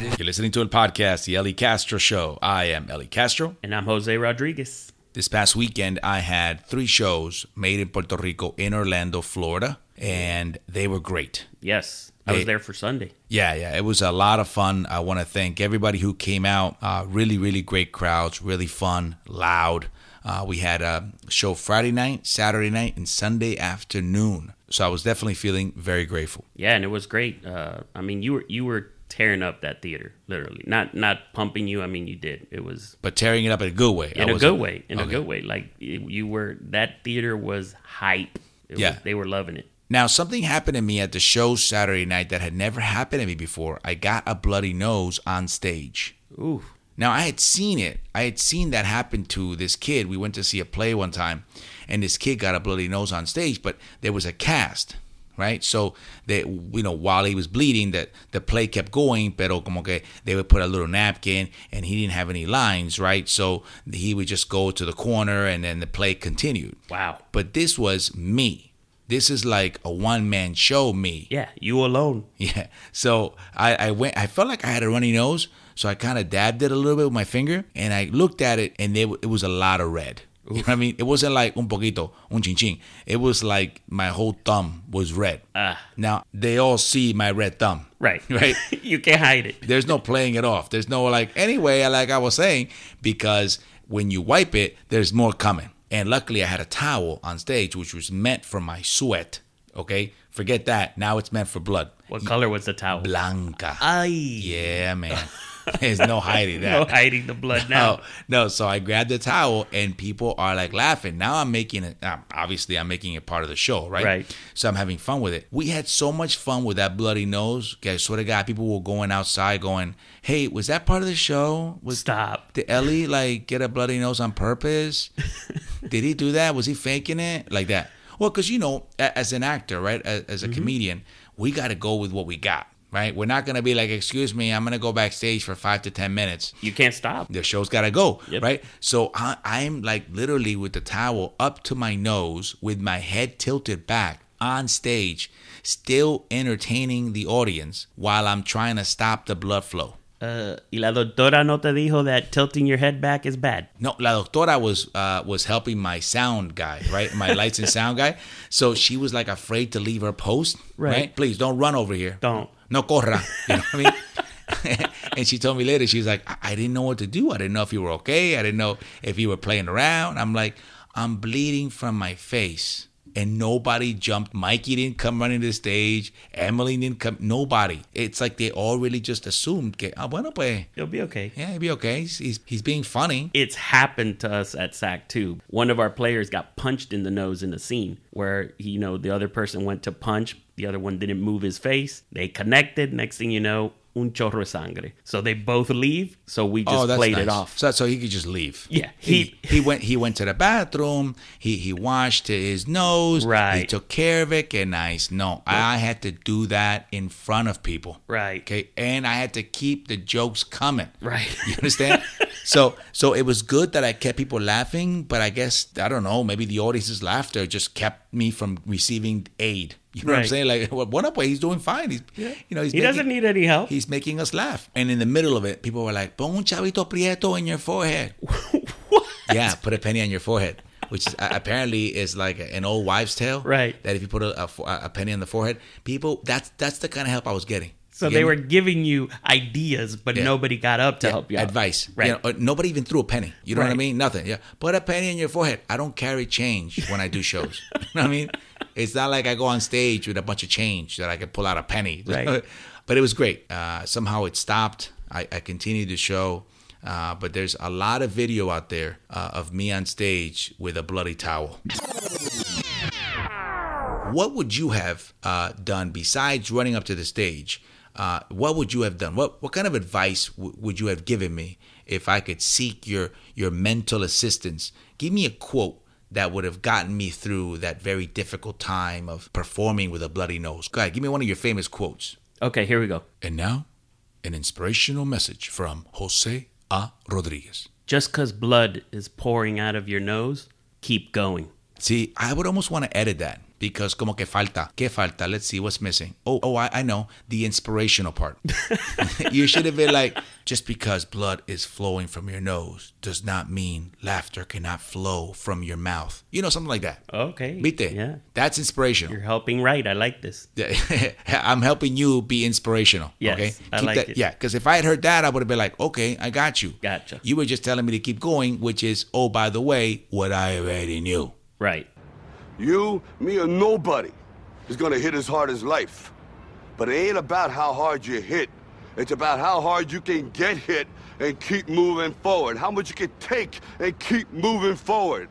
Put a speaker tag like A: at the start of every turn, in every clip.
A: is. You're listening to a podcast, The Ellie Castro Show. I am Ellie Castro.
B: And I'm Jose Rodriguez.
A: This past weekend, I had three shows made in Puerto Rico in Orlando, Florida, and they were great.
B: Yes, I
A: Hey.
B: was there for Sunday.
A: Yeah, yeah, it was a lot of fun. I want to thank everybody who came out. Uh, really, really great crowds, really fun, loud. Uh, we had a show Friday night, Saturday night, and Sunday afternoon. So I was definitely feeling very grateful.
B: Yeah, and it was great. Uh, I mean, you were you were tearing up that theater, literally. Not not pumping you. I mean, you did. It was
A: But tearing it up in a good way. I
B: in a
A: wasn't-
B: good way. In
A: Okay.
B: a good way. Like it- you were. That theater was hype. It
A: Yeah.
B: was, they were loving it.
A: Now, something happened to me at the show Saturday night that had never happened to me before. I got a bloody nose on stage.
B: Ooh,
A: Now I had seen it. I had seen that happen to this kid. We went to see a play one time, and this kid got a bloody nose on stage. But there was a cast, right? So they, you know, while he was bleeding, that the play kept going. Pero como que they would put a little napkin, and he didn't have any lines, right? So he would just go to the corner, and then the play continued.
B: wow.
A: But this was me. This is like a one man show. Me.
B: Yeah, you alone.
A: Yeah. So I, I went, I felt like I had a runny nose. So I kind of dabbed it a little bit with my finger and I looked at it and there, w- it was a lot of red. You know what I mean? It wasn't like un poquito, un chin chin. It was like my whole thumb was red.
B: Ah.
A: Now they all see my red thumb.
B: Right.
A: Right.
B: you can't hide it.
A: There's no playing it off. There's no like, anyway, like I was saying, because when you wipe it, there's more coming. And luckily, I had a towel on stage, which was meant for my sweat. Okay. Forget that. Now it's meant for blood.
B: What color was the towel?
A: Blanca.
B: Ay.
A: Yeah, man. There's no hiding
B: No
A: that. Oh.
B: hiding the blood now.
A: No, no. So I grabbed the towel, and people are like laughing. Now I'm making it. Um, obviously, I'm making it part of the show, right?
B: Right.
A: So I'm having fun with it. We had so much fun with that bloody nose. Okay, I swear to God, people were going outside, going, "Hey, was that part of the show? Was
B: Stop.
A: did Ellie like get a bloody nose on purpose? Did he do that? Was he faking it like that? Well, because you know, a- as an actor, right, as, as a comedian, we got to go with what we got, right? We're not gonna be like, "Excuse me, I'm gonna go backstage for five to ten minutes."
B: You can't stop.
A: The show's gotta go,
B: Yep.
A: right? So I, I'm like literally with the towel up to my nose, with my head tilted back on stage, still entertaining the audience while I'm trying to stop the blood flow.
B: Uh, y la doctora no te dijo that tilting your head back is bad.
A: No, la doctora was uh, was helping my sound guy, right? My lights and sound guy. So she was like afraid to leave her post, right?
B: Right.
A: Please don't run over here.
B: Don't.
A: No corra. You know what I mean? and she told me later, she was like, I-, I didn't know what to do. I didn't know if you were okay. I didn't know if you were playing around. I'm like, I'm bleeding from my face. And nobody jumped. Mikey didn't come running to the stage. Emily didn't come. Nobody. It's like they all really just assumed, que, ah, bueno, pues,
B: It'll be okay.
A: yeah, he'll be okay. He's, he's, he's being funny.
B: It's happened to us at SAC too. One of our players got punched in the nose in the scene where you know the other person went to punch, the other one didn't move his face. They connected. Next thing you know, un chorro de sangre. So they both leave. So we just played it
A: Oh, nice.
B: off.
A: So, so he could just leave.
B: Yeah,
A: He,
B: he-
A: he went he went to the bathroom. He he washed his nose. He
B: Right.
A: took care of it. Get nice. No, I had to do that in front of people.
B: Right.
A: Okay. And I had to keep the jokes coming.
B: Right.
A: You understand? so so it was good that I kept people laughing, but I guess I don't know. Maybe the audience's laughter just kept me from receiving aid. You know what I'm
B: Right.
A: saying? Like, well, what up? He's doing fine. He's you know he's
B: He doesn't
A: making-
B: need any help.
A: He's making us laugh. And in the middle of it, people were like, pon un chavito prieto in your forehead.
B: What?
A: yeah, put a penny on your forehead, which is, uh, apparently is like an old wives' tale.
B: Right.
A: That if you put a, a, fo- a penny on the forehead, people, that's that's the kind of help I was getting.
B: So
A: You
B: they
A: get
B: were
A: me?
B: giving you ideas, but
A: Yeah.
B: nobody got up to
A: Yeah,
B: help you. out.
A: advice.
B: Right.
A: You know, uh, nobody even threw a penny. You know what I
B: Right.
A: mean? Nothing. Yeah. Put a penny on your forehead. I don't carry change when I do shows. you know what I mean? It's not like I go on stage with a bunch of change that I can pull out a penny.
B: Right.
A: but it was great. Uh, somehow it stopped. I, I continued the show. Uh, but there's a lot of video out there uh, of me on stage with a bloody towel. What would you have uh, done besides running up to the stage? Uh, what would you have done? What what kind of advice w- would you have given me if I could seek your your mental assistance? Give me a quote that would have gotten me through that very difficult time of performing with a bloody nose. Go ahead, give me one of your famous quotes.
B: Okay, here we go.
A: And now, an inspirational message from Jose A. Rodriguez.
B: Just because blood is pouring out of your nose, keep going.
A: See, I would almost want to edit that because como que falta, que falta. Let's see what's missing. Oh, oh, I, I know the inspirational part. you should have been like, just because blood is flowing from your nose does not mean laughter cannot flow from your mouth. You know, something like that.
B: Okay.
A: Vite,
B: Oh, Yeah.
A: that's inspirational.
B: You're helping right. I like this.
A: I'm helping you be inspirational.
B: Yes,
A: okay.
B: I
A: Keep
B: like
A: that,
B: it.
A: Yeah, because if I had heard that, I would have been like, okay, I got you.
B: Gotcha.
A: You were just telling me to keep going, which is, oh, by the way, what I already knew.
B: Right.
C: You, me, or nobody is gonna hit as hard as life. But it ain't about how hard you hit. It's about how hard you can get hit and keep moving forward. How much you can take and keep moving forward.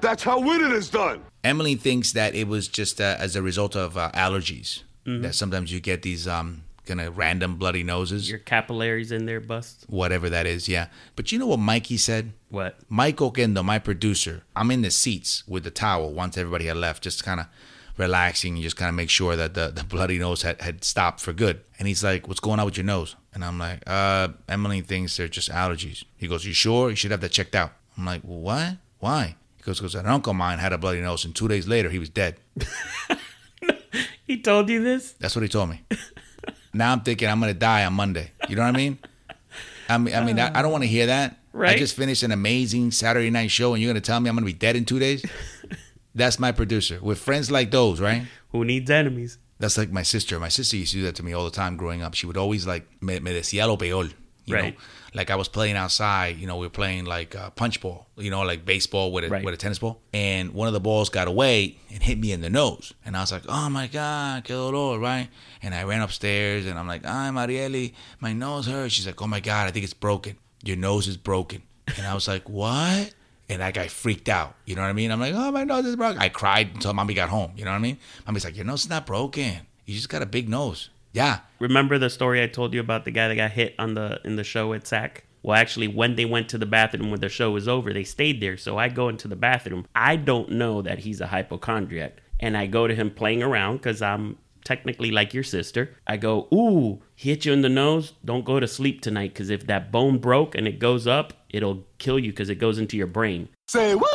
C: That's how winning is done.
A: Emily thinks that it was just uh, as a result of uh, allergies that sometimes you get these um, kind of random bloody noses,
B: Your capillaries in there bust.
A: whatever that is. Yeah. But you know what Mikey said?
B: What?
A: Mike Oquendo, my producer, I'm in the seats with the towel once everybody had left, just kind of relaxing and just kind of make sure that the, the bloody nose had, had stopped for good. And he's like, What's going on with your nose? And I'm like, uh, Emily thinks they're just allergies. He goes, You sure? You should have that checked out. I'm like, well, What? Why? He goes, Because an uncle of mine had a bloody nose, and two days later, he was dead.
B: He told you this?
A: That's what he told me. now I'm thinking I'm gonna die on Monday. You know what I mean? I mean, I mean, I, I don't want to hear that. I
B: Right.
A: just finished an amazing Saturday night show, and you're gonna tell me I'm gonna be dead in two days? That's my producer. With friends like those, right?
B: Who needs enemies?
A: That's like my sister. My sister used to do that to me all the time growing up. She would always like me, me decía lo peor. You
B: Right.
A: Know? Like I was playing outside. You know, we were playing like uh, punch ball. You know, like baseball with a
B: Right.
A: with a tennis ball. And one of the balls got away and hit me in the nose. And I was like, oh my god, que dolor, right? And I ran upstairs and I'm like, ay Marieli, my nose hurts. She's like, oh my god, I think it's broken. Your nose is broken. And I was like, what? And that guy freaked out. You know what I mean? I'm like, oh, my nose is broken. I cried until mommy got home. You know what I mean? Mommy's like, your nose is not broken. You just got a big nose. Yeah.
B: Remember the story I told you about the guy that got hit on the in the show at SAC? Well, actually, when they went to the bathroom when the show was over, they stayed there. So I go into the bathroom. I don't know that he's a hypochondriac, and I go to him playing around because I'm technically like your sister. I go, "Ooh, he hit you in the nose. Don't go to sleep tonight because if that bone broke and it goes up, it'll kill you because it goes into your brain."
C: Say what?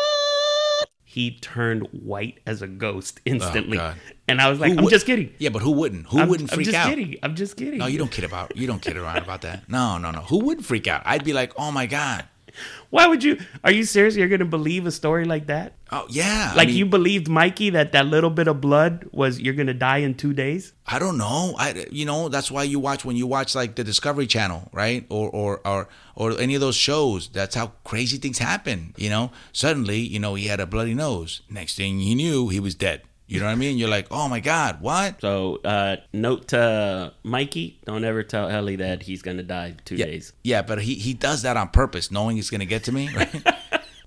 B: He turned white as a ghost instantly,
A: God.
B: and I was like,
A: Who
B: "I'm
A: would-
B: just kidding."
A: Yeah, but who wouldn't? Who
B: I'm,
A: wouldn't
B: I'm
A: freak
B: just
A: out?
B: kidding. I'm just kidding.
A: No, you don't kid about. You don't kid around about that. No, no, no. Who would freak out? I'd be like, oh my god.
B: Why would you? Are you serious? You're gonna believe a story like that?
A: Oh yeah.
B: Like
A: I mean,
B: you believed Mikey that that little bit of blood was you're gonna die in two days?
A: I don't know. I you know that's why you watch when you watch like the Discovery Channel, right? Or or or or any of those shows. That's how crazy things happen. You know, suddenly you know he had a bloody nose. Next thing he knew, he was dead. You know what I mean? You're like, oh my god, what?
B: So, uh, note to Mikey: don't ever tell Ellie that he's gonna die in two days.
A: Yeah, but he he does that on purpose, knowing it's gonna get to me. Right?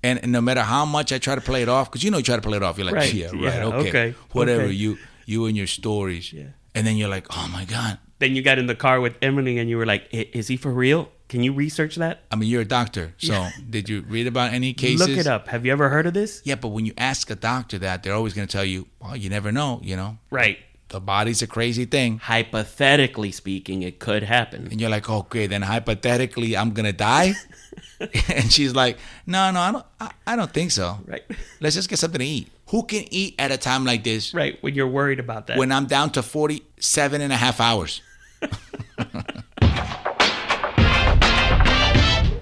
A: And, and no matter how much I try to play it off, because you know you try to play it off, you're like,
B: Right,
A: yeah, right,
B: yeah,
A: okay,
B: okay,
A: whatever.
B: okay.
A: You you and your stories,
B: Yeah.
A: and then you're like, oh my god.
B: Then you got in the car with Emily and you were like, "I- "Is he for real? Can you research that?
A: I mean, you're a doctor, so did you read about any cases?
B: Look it up. Have you ever heard of this?
A: Yeah, but when you ask a doctor that, they're always going to tell you, well, you never know, you know,
B: Right?
A: the body's a crazy thing.
B: Hypothetically speaking, it could happen.
A: And you're like, okay, then hypothetically, I'm going to die? and she's like, no, no, I don't, I, I don't think so.
B: Right?
A: Let's just get something to eat. Who can eat at a time like this
B: Right? When you're worried about that.
A: when I'm down to 47 and a half hours?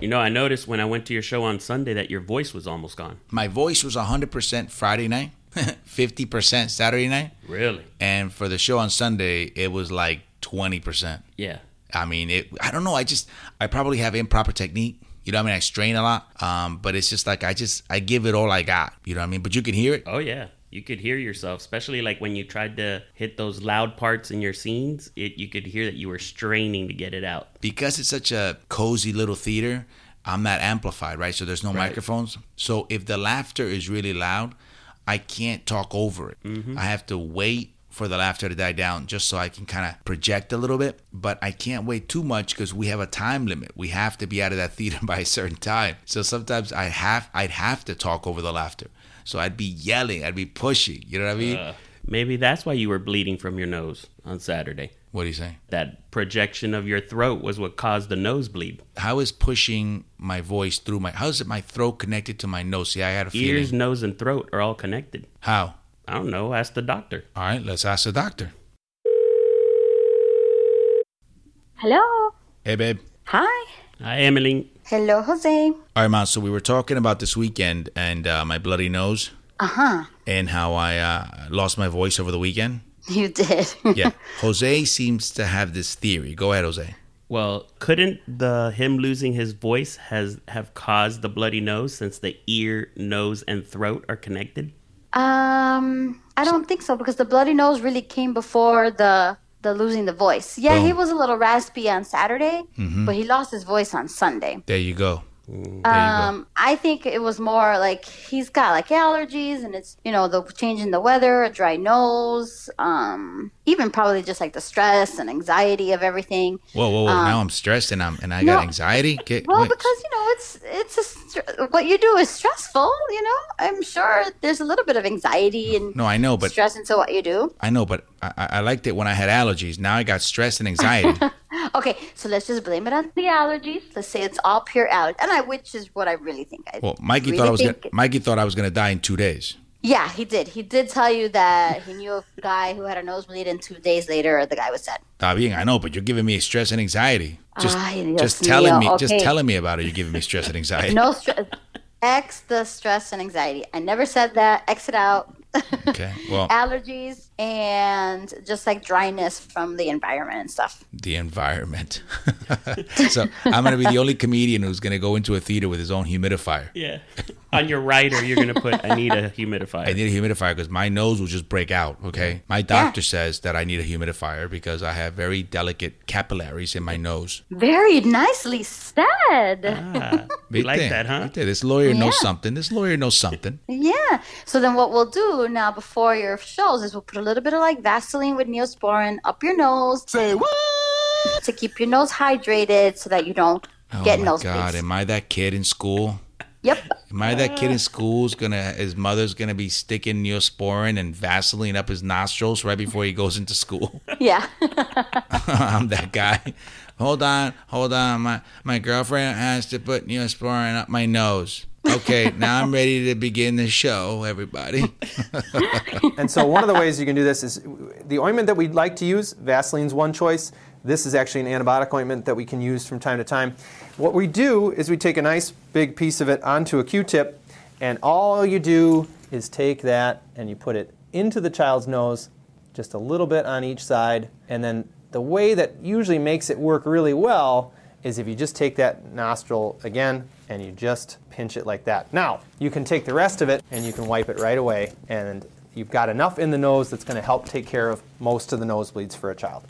B: you know, I noticed when I went to your show on Sunday that your voice was almost gone.
A: My voice was 100% Friday night, 50% Saturday night.
B: Really?
A: And for the show on Sunday, it was like 20%.
B: Yeah.
A: I mean, it. I don't know. I just, I probably have improper technique. You know what I mean? I strain a lot. Um, but it's just like I just, I give it all I got. You know what I mean? But you can hear it.
B: Oh yeah, you could hear yourself, especially like when you tried to hit those loud parts in your scenes. It you could hear that you were straining to get it out.
A: because it's such a cozy little theater, I'm not amplified, right? So there's no microphones. So if the laughter is really loud, I can't talk over it. I have to wait for the laughter to die down just so I can kind of project a little bit. But I can't wait too much because we have a time limit. We have to be out of that theater by a certain time. So sometimes I have I'd have to talk over the laughter. So I'd be yelling, I'd be pushing. You know what I mean?
B: Maybe that's why you were bleeding from your nose on Saturday.
A: what do you say?
B: That projection of your throat was what caused the nosebleed.
A: How is pushing my voice through my how is it my throat connected to my nose? See, I had a feeling.
B: Ears, nose, and throat are all connected.
A: How?
B: I don't know. Ask the doctor.
A: All right, let's ask the doctor.
D: Hello.
A: Hey, babe.
D: Hi.
B: Hi, Emily.
D: Hello, Jose.
A: All right, Ma. So we were talking about this weekend and uh, my bloody nose
D: Uh huh.
A: and how I uh, lost my voice over the weekend.
D: You did.
A: Yeah. Jose seems to have this theory. Go ahead, Jose.
B: Well, couldn't the him losing his voice has have caused the bloody nose since the ear, nose, and throat are connected?
D: um, I don't think so because the bloody nose really came before the the losing the voice. Yeah, he
A: Boom.
D: was a little raspy on Saturday, but he lost his voice on Sunday.
A: There you go.
D: Um, I think it was more like he's got like allergies and it's, you know, the change in the weather, a dry nose, um, even probably just like the stress and anxiety of everything.
A: Whoa, whoa, whoa! now I'm stressed and I'm and I got
D: um, no.
A: anxiety. Get,
D: Well,
A: wait.
D: because you know, it's it's a str- what you do is stressful. You know, I'm sure there's a little bit of anxiety and
A: no, I know, but
D: stress into what you do.
A: I know, but I, I I liked it when I had allergies. Now I got stress and anxiety.
D: Okay, so let's just blame it on the allergies. Let's say it's all pure allergy, and I, which is what I really think. I
A: well, Mikey
D: really
A: thought I was gonna,
D: think-
A: Mikey thought I was gonna die in two days.
D: Yeah, he did. He did tell you that he knew a guy who had a nosebleed, and two days later, the guy was dead.
A: Está bien, I know, but you're giving me stress and anxiety. Just,
D: Ay, Dios
A: just telling
D: mío,
A: me, just
D: okay.
A: telling me about it. You're giving me stress and anxiety.
D: No stress. X the stress and anxiety. I never said that. X it out.
A: Okay. Well,
D: Ah. allergies and just like dryness from the environment and stuff.
A: the environment. so I'm gonna be the only comedian who's gonna go into a theater with his own humidifier.
B: Yeah. On your rider, you're gonna put I need a
A: I
B: humidifier.
A: need a humidifier because my nose will just break out. Okay. My doctor says that I need a humidifier because I have very delicate capillaries in my nose.
D: Very nicely said.
A: Uh-huh.
B: Ah, you like
A: Viste?
B: that, huh?
A: Viste? This lawyer knows
D: Yeah.
A: something. This lawyer knows something.
D: Yeah. So then what we'll do now before your shows is we'll put a little bit of like Vaseline with Neosporin up your nose
C: Say what?
D: to keep your nose hydrated so that you don't
A: Oh
D: get
A: my God.
D: nosebleeds.
A: Am I that kid in school?
D: Yep.
A: Am I that kid in school's gonna his mother's gonna be sticking neosporin and Vaseline up his nostrils right before he goes into school?
D: Yeah.
A: I'm that guy. Hold on, hold on. My my girlfriend has to put neosporin up my nose. Okay, now I'm ready to begin the show, everybody.
E: And so one of the ways you can do this is the ointment that we'd like to use, Vaseline's one choice. This is actually an antibiotic ointment that we can use from time to time. What we do is we take a nice big piece of it onto a Q-tip, and all you do is take that and you put it into the child's nose, just a little bit on each side, and then the way that usually makes it work really well is if you just take that nostril again and you just pinch it like that. Now, you can take the rest of it and you can wipe it right away and you've got enough in the nose that's going to help take care of most of the nosebleeds for a child.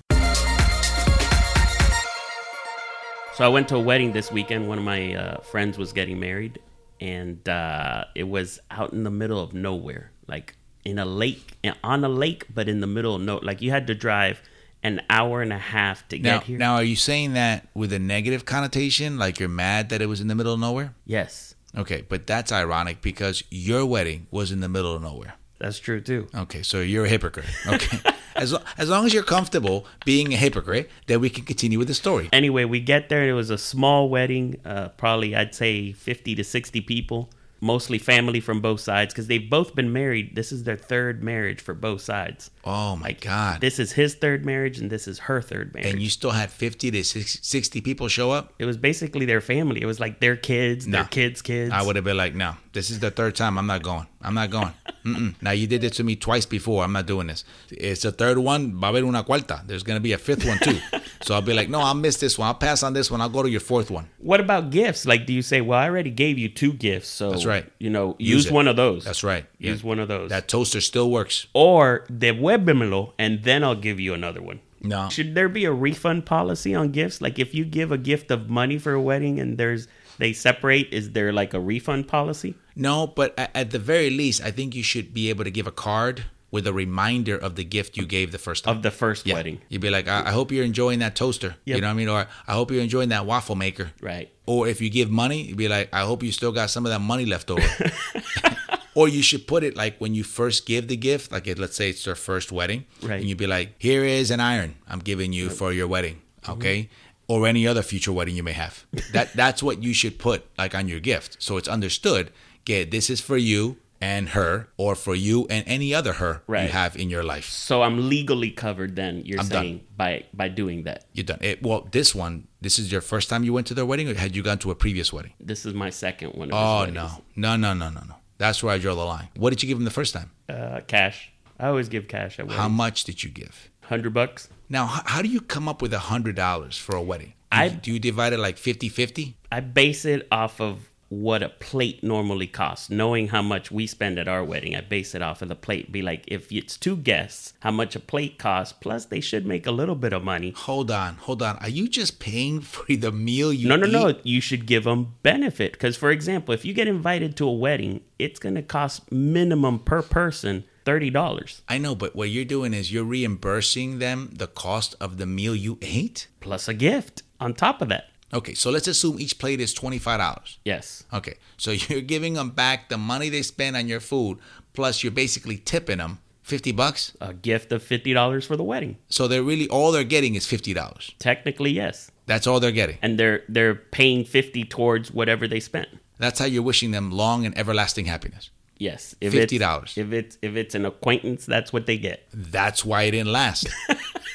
B: So I went to a wedding this weekend. One of my uh, friends was getting married, and uh, it was out in the middle of nowhere, like in a lake, on a lake, but in the middle of no. Like you had to drive an hour and a half to
A: Now,
B: get here.
A: now, are you saying that with a negative connotation, like you're mad that it was in the middle of nowhere?
B: Yes,
A: Okay, but that's ironic because your wedding was in the middle of nowhere.
B: that's true too.
A: Okay, so you're a hypocrite. Okay, as lo- as long as you're comfortable being a hypocrite, then we can continue with the story.
B: Anyway, we get there. It was a small wedding, uh, probably I'd say 50 to 60 people, mostly family from both sides because they've both been married. This is their third marriage for both sides.
A: Oh my God!
B: This is his third marriage, and this is her third marriage.
A: And you still had fifty to six- sixty people show up.
B: It was basically their family. It was like their kids, their
A: No.
B: kids' kids.
A: I would have been like, no, this is the third time. I'm not going. I'm not going. Mm-mm. Now you did this to me twice before. I'm not doing this. It's the third one. Va a haber una cuarta. There's gonna be a fifth one too. so I'll be like, no, I'll miss this one. I'll pass on this one. I'll go to your fourth one.
B: What about gifts? Like, do you say, "Well, I already gave you two gifts, so
A: That's right.
B: You know,
A: Use
B: use,
A: it.
B: one of those.
A: That's right.
B: Use
A: Yeah.
B: one of those,
A: That toaster still works.
B: or devuélvemelo, and then I'll give you another one."
A: No.
B: Should there be a refund policy on gifts? Like, if you give a gift of money for a wedding and there's they separate, is there like a refund policy?
A: No, but a- at the very least, I think you should be able to give a card with a reminder of the gift you gave the first time.
B: Of the first wedding,
A: You'd be like, I, I hope you're enjoying that toaster. You
B: Yep.
A: know what I mean? Or I hope you're enjoying that waffle maker.
B: right?
A: Or if you give money, you'd be like, I hope you still got some of that money left over. or you should put it like when you first give the gift, like it, let's say it's their first wedding,
B: Right.
A: and you'd be like, here is an iron I'm giving you for your wedding,
B: Mm-hmm.
A: okay? Or any other future wedding you may have. That That's what you should put like on your gift. So it's understood, okay, this is for you and her, or for you and any other her you
B: Right.
A: have in your life.
B: So I'm legally covered then, you're
A: I'm done.
B: saying, by by doing that.
A: You're done. It, well, this one, this is your first time you went to their wedding, or had you gone to a previous wedding?
B: This is my second one. Of his
A: Oh
B: weddings.
A: no, no, no, no, no, no. That's where I draw the line. What did you give him the first time?
B: Uh, cash. I always give cash at
A: How
B: weddings.
A: much did you give?
B: Hundred bucks.
A: Now, h- how do you come up with a hundred dollars for a wedding? Do
B: I-
A: you, do you divide it like 50-50?
B: I base it off of what a plate normally costs, knowing how much we spend at our wedding. I base it off of the plate. Be like, if it's two guests, how much a plate costs. Plus, they should make a little bit of money.
A: Hold on, hold on. Are you just paying for the meal you
B: No, no,
A: eat?
B: no. You should give them benefit. Because, for example, if you get invited to a wedding, it's going to cost minimum per person $30
A: I know, but what you're doing is you're reimbursing them the cost of the meal you ate.
B: plus a gift on top of that.
A: Okay, so let's assume each plate is twenty-five dollars.
B: Yes.
A: Okay, so you're giving them back the money they spent on your food, plus you're basically tipping them fifty bucks.
B: A gift of $50 for the wedding.
A: So they're really all they're getting is fifty dollars.
B: Technically, yes.
A: That's all they're getting.
B: And they're they're paying 50 towards whatever they spent.
A: That's how you're wishing them long and everlasting happiness.
B: Yes, if
A: $50.
B: It's, if it's if it's an acquaintance, that's what they get.
A: That's why it didn't last.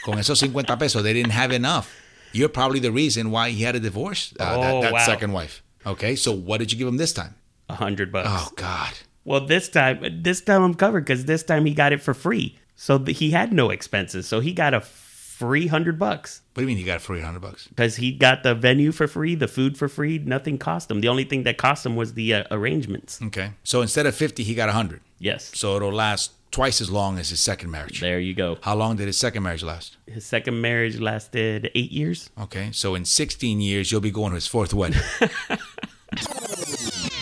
A: Con esos 50 pesos, they didn't have enough. You're probably the reason why he had a divorce, uh, that,
B: Oh,
A: that
B: wow.
A: second wife. Okay, so what did you give him this time?
B: A hundred bucks.
A: Oh, God.
B: Well, this time this time I'm covered because this time he got it for free, so th- he had no expenses. So he got a free hundred bucks
A: What do you mean he got 300 bucks?
B: because he got the venue for free, the food for free. Nothing cost him. The only thing that cost him was the uh, arrangements.
A: Okay. So instead of 50, he got 100.
B: Yes,
A: So it'll last twice as long as his second marriage.
B: there you go.
A: How long did his second marriage last?
B: His second marriage lasted eight years.
A: Okay. So in 16 years, you'll be going to his fourth wedding.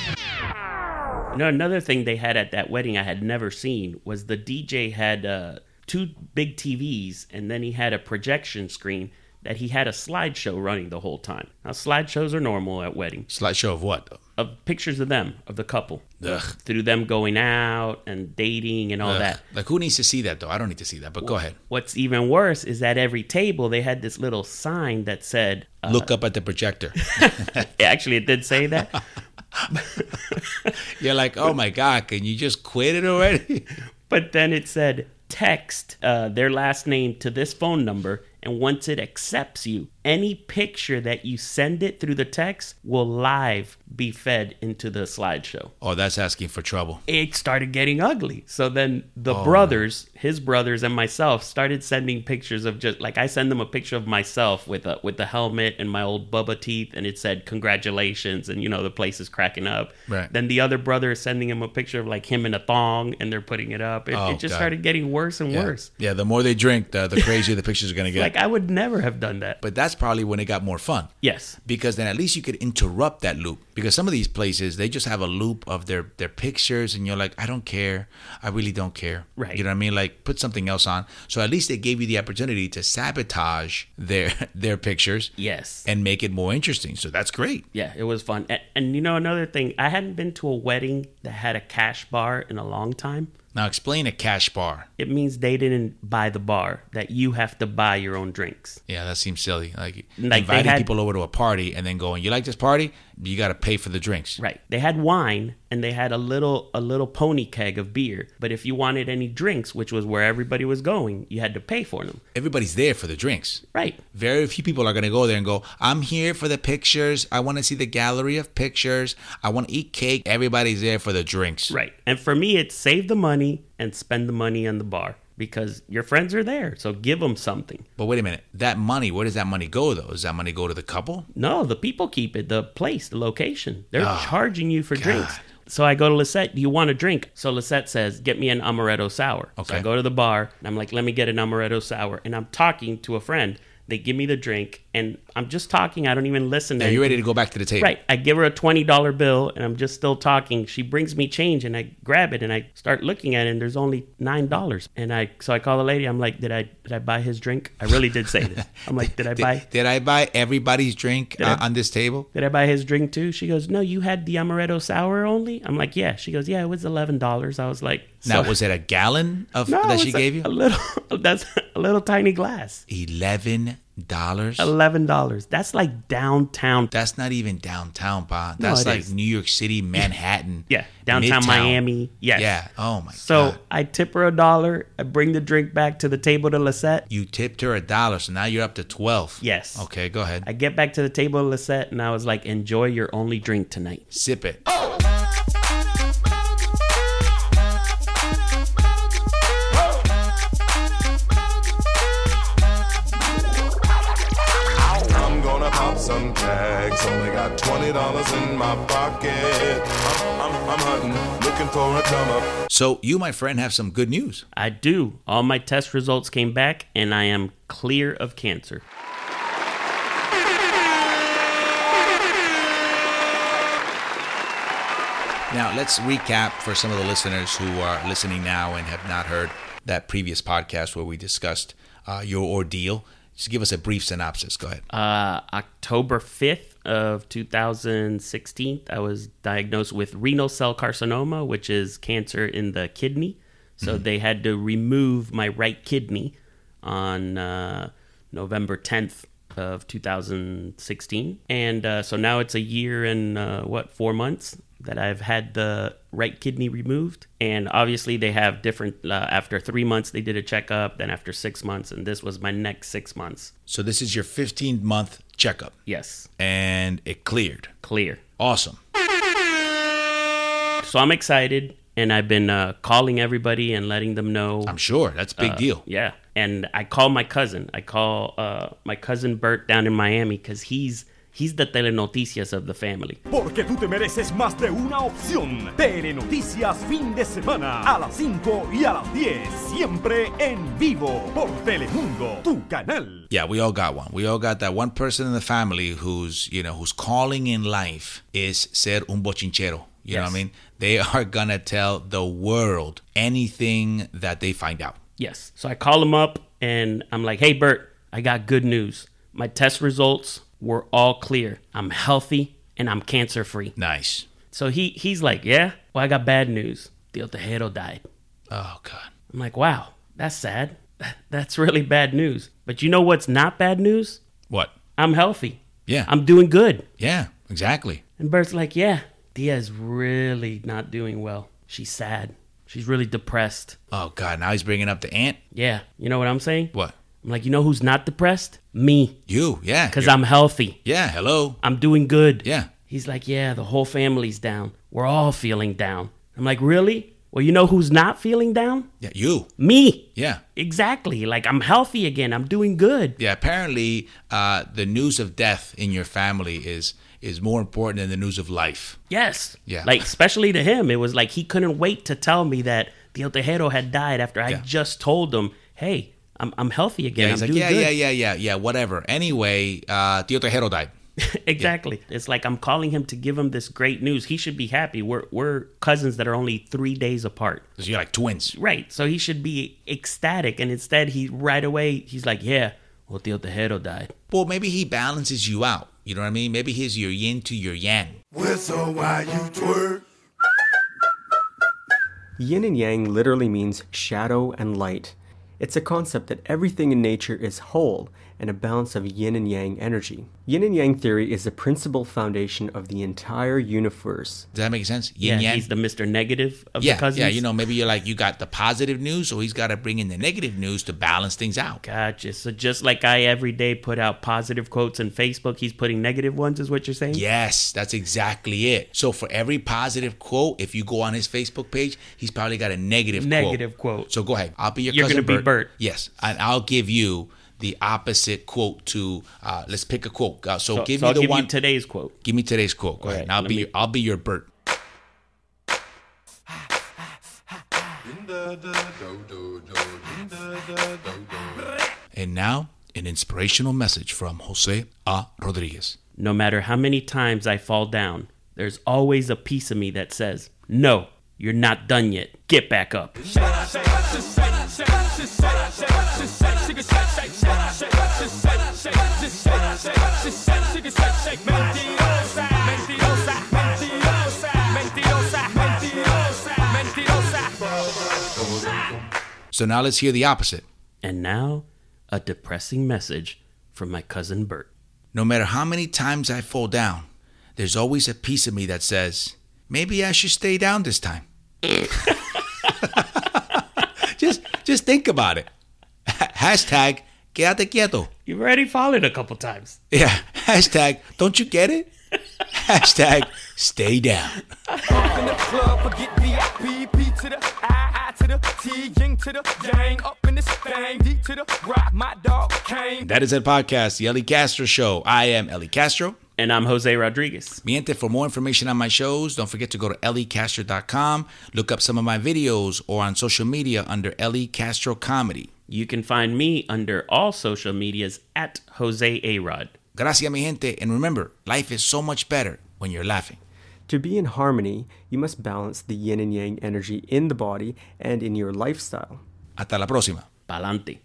B: You know, another thing they had at that wedding I had never seen was the DJ had uh, two big TVs and then he had a projection screen that he had a slideshow running the whole time. Now, slideshows are normal at weddings
A: Slideshow of what? though?
B: of pictures of them, of the couple,
A: Ugh.
B: through them going out and dating and all
A: Ugh.
B: that.
A: Like, who needs to see that, though? I don't need to see that, but go ahead.
B: What's even worse is at every table they had this little sign that said, uh,
A: Look up at the projector.
B: actually, it did say that.
A: You're like, oh my God, can you just quit it already?
B: But then it said, text uh, their last name to this phone number. And once it accepts you, any picture that you send it through the text will live be fed into the slideshow.
A: Oh, that's asking for trouble.
B: It started getting ugly. So then the
A: Oh.
B: brothers, his brothers and myself started sending pictures of just like I send them a picture of myself with a with the helmet and my old bubba teeth and it said congratulations and you know the place is cracking up.
A: Right.
B: Then the other brother is sending him a picture of like him in a thong and they're putting it up. It,
A: Oh,
B: it just
A: God.
B: started getting worse and
A: Yeah.
B: worse.
A: Yeah, the more they drink, the, the crazier the pictures are going to get.
B: Like I would never have done that.
A: but that's probably when it got more fun.
B: yes.
A: Because then at least you could interrupt that loop. Because some of these places, they just have a loop of their, their pictures, and you're like, I don't care. I really don't care.
B: Right.
A: You know what I mean? Like, put something else on. So at least they gave you the opportunity to sabotage their their pictures
B: Yes.
A: and make it more interesting. So that's great.
B: yeah, it was fun. And, and you know another thing, I hadn't been to a wedding that had a cash bar in a long time.
A: Now, explain a cash bar.
B: it means they didn't buy the bar that you have to buy your own drinks
A: Yeah, that seems silly. Like,
B: they
A: inviting
B: had-
A: people over to a party and then going, "You like this party? You got to pay for the drinks."
B: right they had wine and they had a little a little pony keg of beer but if you wanted any drinks which was where everybody was going you had to pay for them
A: Everybody's there for the drinks.
B: right
A: Very few people are going to go there and go, "I'm here for the pictures. I want to see the gallery of pictures. I want to eat cake." Everybody's there for the drinks.
B: right and for me it's save the money and spend the money on the bar because your friends are there so give them something
A: But wait a minute. That money, where does that money go though? Does that money go to the couple?
B: no the people keep it the place the location they're
A: Ah,
B: charging you for drinks so I go to Lisette, do you want a drink? So Lisette says, get me an amaretto sour. So
A: Okay.
B: I go to the bar and I'm like, let me get an amaretto sour. And I'm talking to a friend. They give me the drink and I'm just talking. I don't even listen to
A: Are you
B: anything.
A: ready to go back to the table?
B: Right. I give her a $20 bill and I'm just still talking. She brings me change and I grab it and I start looking at it and there's only $9. And I, so I call the lady. I'm like, did I, did I buy his drink? I really did say this. I'm like, did I buy?
A: Did, did I buy everybody's drink uh, on this table?
B: Did I buy his drink too? She goes, No, you had the amaretto sour only? I'm like, Yeah. She goes, Yeah, it was eleven dollars. I was like,
A: Now, was it a gallon of that she
B: it's a-
A: gave you?
B: a little. That's a little tiny glass.
A: Eleven dollars.
B: Eleven dollars. That's like downtown.
A: That's not even downtown, pa.
B: No,
A: That's
B: it
A: like
B: is.
A: New York City, Manhattan.
B: Yeah, downtown
A: Midtown.
B: Miami. Yes.
A: Yeah. Oh my
B: So
A: god.
B: I tip her a dollar. I bring the drink back to the table to Lisette.
A: You tipped her a dollar, so now you're up to twelve.
B: Yes.
A: Okay, go ahead.
B: I get back to the table to Lisette, and I was like, "Enjoy your only drink tonight."
A: Sip it.
F: I'm gonna pop some tags. Only got twenty dollars in my pocket. I'm, I'm, I'm hunting, looking for a come up.
A: So you, my friend, have some good news.
B: I do. All my test results came back, and I am clear of cancer.
A: Now let's recap for some of the listeners who are listening now and have not heard that previous podcast where we discussed uh, your ordeal. Just give us a brief synopsis. Go ahead.
B: uh, October 5th of 2016, I was diagnosed with renal cell carcinoma, which is cancer in the kidney. So they had to remove my right kidney on uh, November 10th of 2016. And uh, so now it's a year and uh, what, four months that I've had the right kidney removed. And obviously, they have different, uh, after three months, they did a checkup, then after six months, and this was my next six months.
A: so this is your 15 month checkup,
B: Yes.
A: and it cleared.
B: clear.
A: Awesome.
B: So I'm excited, and I've been uh, calling everybody and letting them know.
A: I'm sure that's a big
B: uh,
A: deal.
B: yeah, and I call my cousin. I call uh, my cousin Bert down in Miami because he's he's the telenoticias of the family.
G: Porque tú te mereces más de una opción. Telenoticias fin de semana a las 5 y a las 10. Siempre en vivo por Telemundo, tu canal.
A: Yeah, we all got one. We all got that one person in the family who's, you know, whose calling in life is ser un bochinchero. You know what I
B: Yes.
A: mean? They are going to tell the world anything that they find out.
B: Yes. So I call him up and I'm like, hey, Bert, I got good news. My test results were all clear. I'm healthy and I'm cancer free.
A: Nice.
B: So he he's like, yeah. Well, I got bad news. Tio Tejero died.
A: Oh, God.
B: I'm like, wow, that's sad. That's really bad news. But you know what's not bad news?
A: What?
B: I'm healthy.
A: Yeah.
B: I'm doing good.
A: Yeah, exactly.
B: And Bert's like, yeah, Dia's really not doing well. She's sad. She's really depressed.
A: Oh, God. Now he's bringing up the aunt.
B: Yeah. You know what I'm saying?
A: What?
B: I'm like, you know who's not depressed? Me.
A: You. Yeah.
B: Because
A: You're-
B: I'm healthy.
A: Yeah. Hello.
B: I'm doing good.
A: Yeah.
B: He's like, yeah, the whole family's down. We're all feeling down. I'm like, really? Well, you know who's not feeling down?
A: Yeah. You.
B: Me.
A: Yeah.
B: Exactly. Like, I'm healthy again. I'm doing good.
A: Yeah. Apparently, uh, the news of death in your family is is more important than the news of life.
B: Yes.
A: Yeah.
B: Like especially to him, it was like he couldn't wait to tell me that the Otejero had died after I
A: Yeah.
B: just told him, "Hey, I'm I'm healthy again.
A: Yeah,
B: I'm
A: he's like,
B: doing
A: yeah,
B: good."
A: yeah, yeah, yeah, yeah, whatever. Anyway, uh, Tio Tejero died.
B: exactly. It's like I'm calling him to give him this great news. He should be happy. We're we're cousins that are only three days apart.
A: So you're like twins.
B: Right. So he should be ecstatic, and instead he right away he's like, "Yeah, well, the Otejero died."
A: Well, maybe he balances you out. You know what I mean? Maybe he's your yin to your yang.
F: Whistle while you twerk.
H: Yin and yang literally means shadow and light. It's a concept that everything in nature is whole and a balance of yin and yang energy. Yin and yang theory is the principal foundation of the entire universe.
A: Does that make sense?
B: Yeah,
A: Yin yang.
B: he's the Mister Negative of the
A: yeah,
B: cousins.
A: yeah. You know, maybe you're like you got the positive news, so he's got to bring in the negative news to balance things out.
B: Gotcha. So just like I every day put out positive quotes on Facebook, he's putting negative ones, is what you're saying?
A: Yes, that's exactly it. So for every positive quote, if you go on his Facebook page, he's probably got a negative quote.
B: Negative quote.
A: So go ahead. I'll be your
B: You're
A: cousin
B: gonna be Bert.
A: Yes, and I'll give you the opposite quote to. Uh, let's pick a quote. Uh, so,
B: So,
A: give
B: so
A: me
B: I'll
A: the
B: give
A: one
B: you today's quote.
A: Give me today's quote. Go ahead.
B: right,
A: and I'll
B: let
A: be
B: me-
A: your, I'll be your Bert. And now an inspirational message from Jose A. Rodriguez.
B: No matter how many times I fall down, there's always a piece of me that says, No, you're not done yet. Get back up.
A: So now let's hear the opposite.
B: And now, a depressing message from my cousin Bert.
A: No matter how many times I fall down, there's always a piece of me that says, maybe I should stay down this time. just, just think about it. Hashtag, quédate quieto.
B: You've already followed a couple times.
A: Yeah. Hashtag, don't you get it? Hashtag, stay down.
I: in the club, forget VIP, P to the I, I to the T, Ying to the Yang, up in this thing, D to the rock, my dog came.
A: That is it, podcast, The Ellie Castro Show. I am Ellie Castro.
B: And I'm Jose Rodriguez.
A: Miente, for more information on my shows, don't forget to go to elliecastro.com, look up some of my videos, or on social media under Ellie Castro Comedy.
B: You can find me under all social medias at Jose Arod.
A: Gracias, mi gente, and remember, life is so much better when you're laughing.
H: To be in harmony, you must balance the yin and yang energy in the body and in your lifestyle.
A: Hasta la próxima.
B: Palante.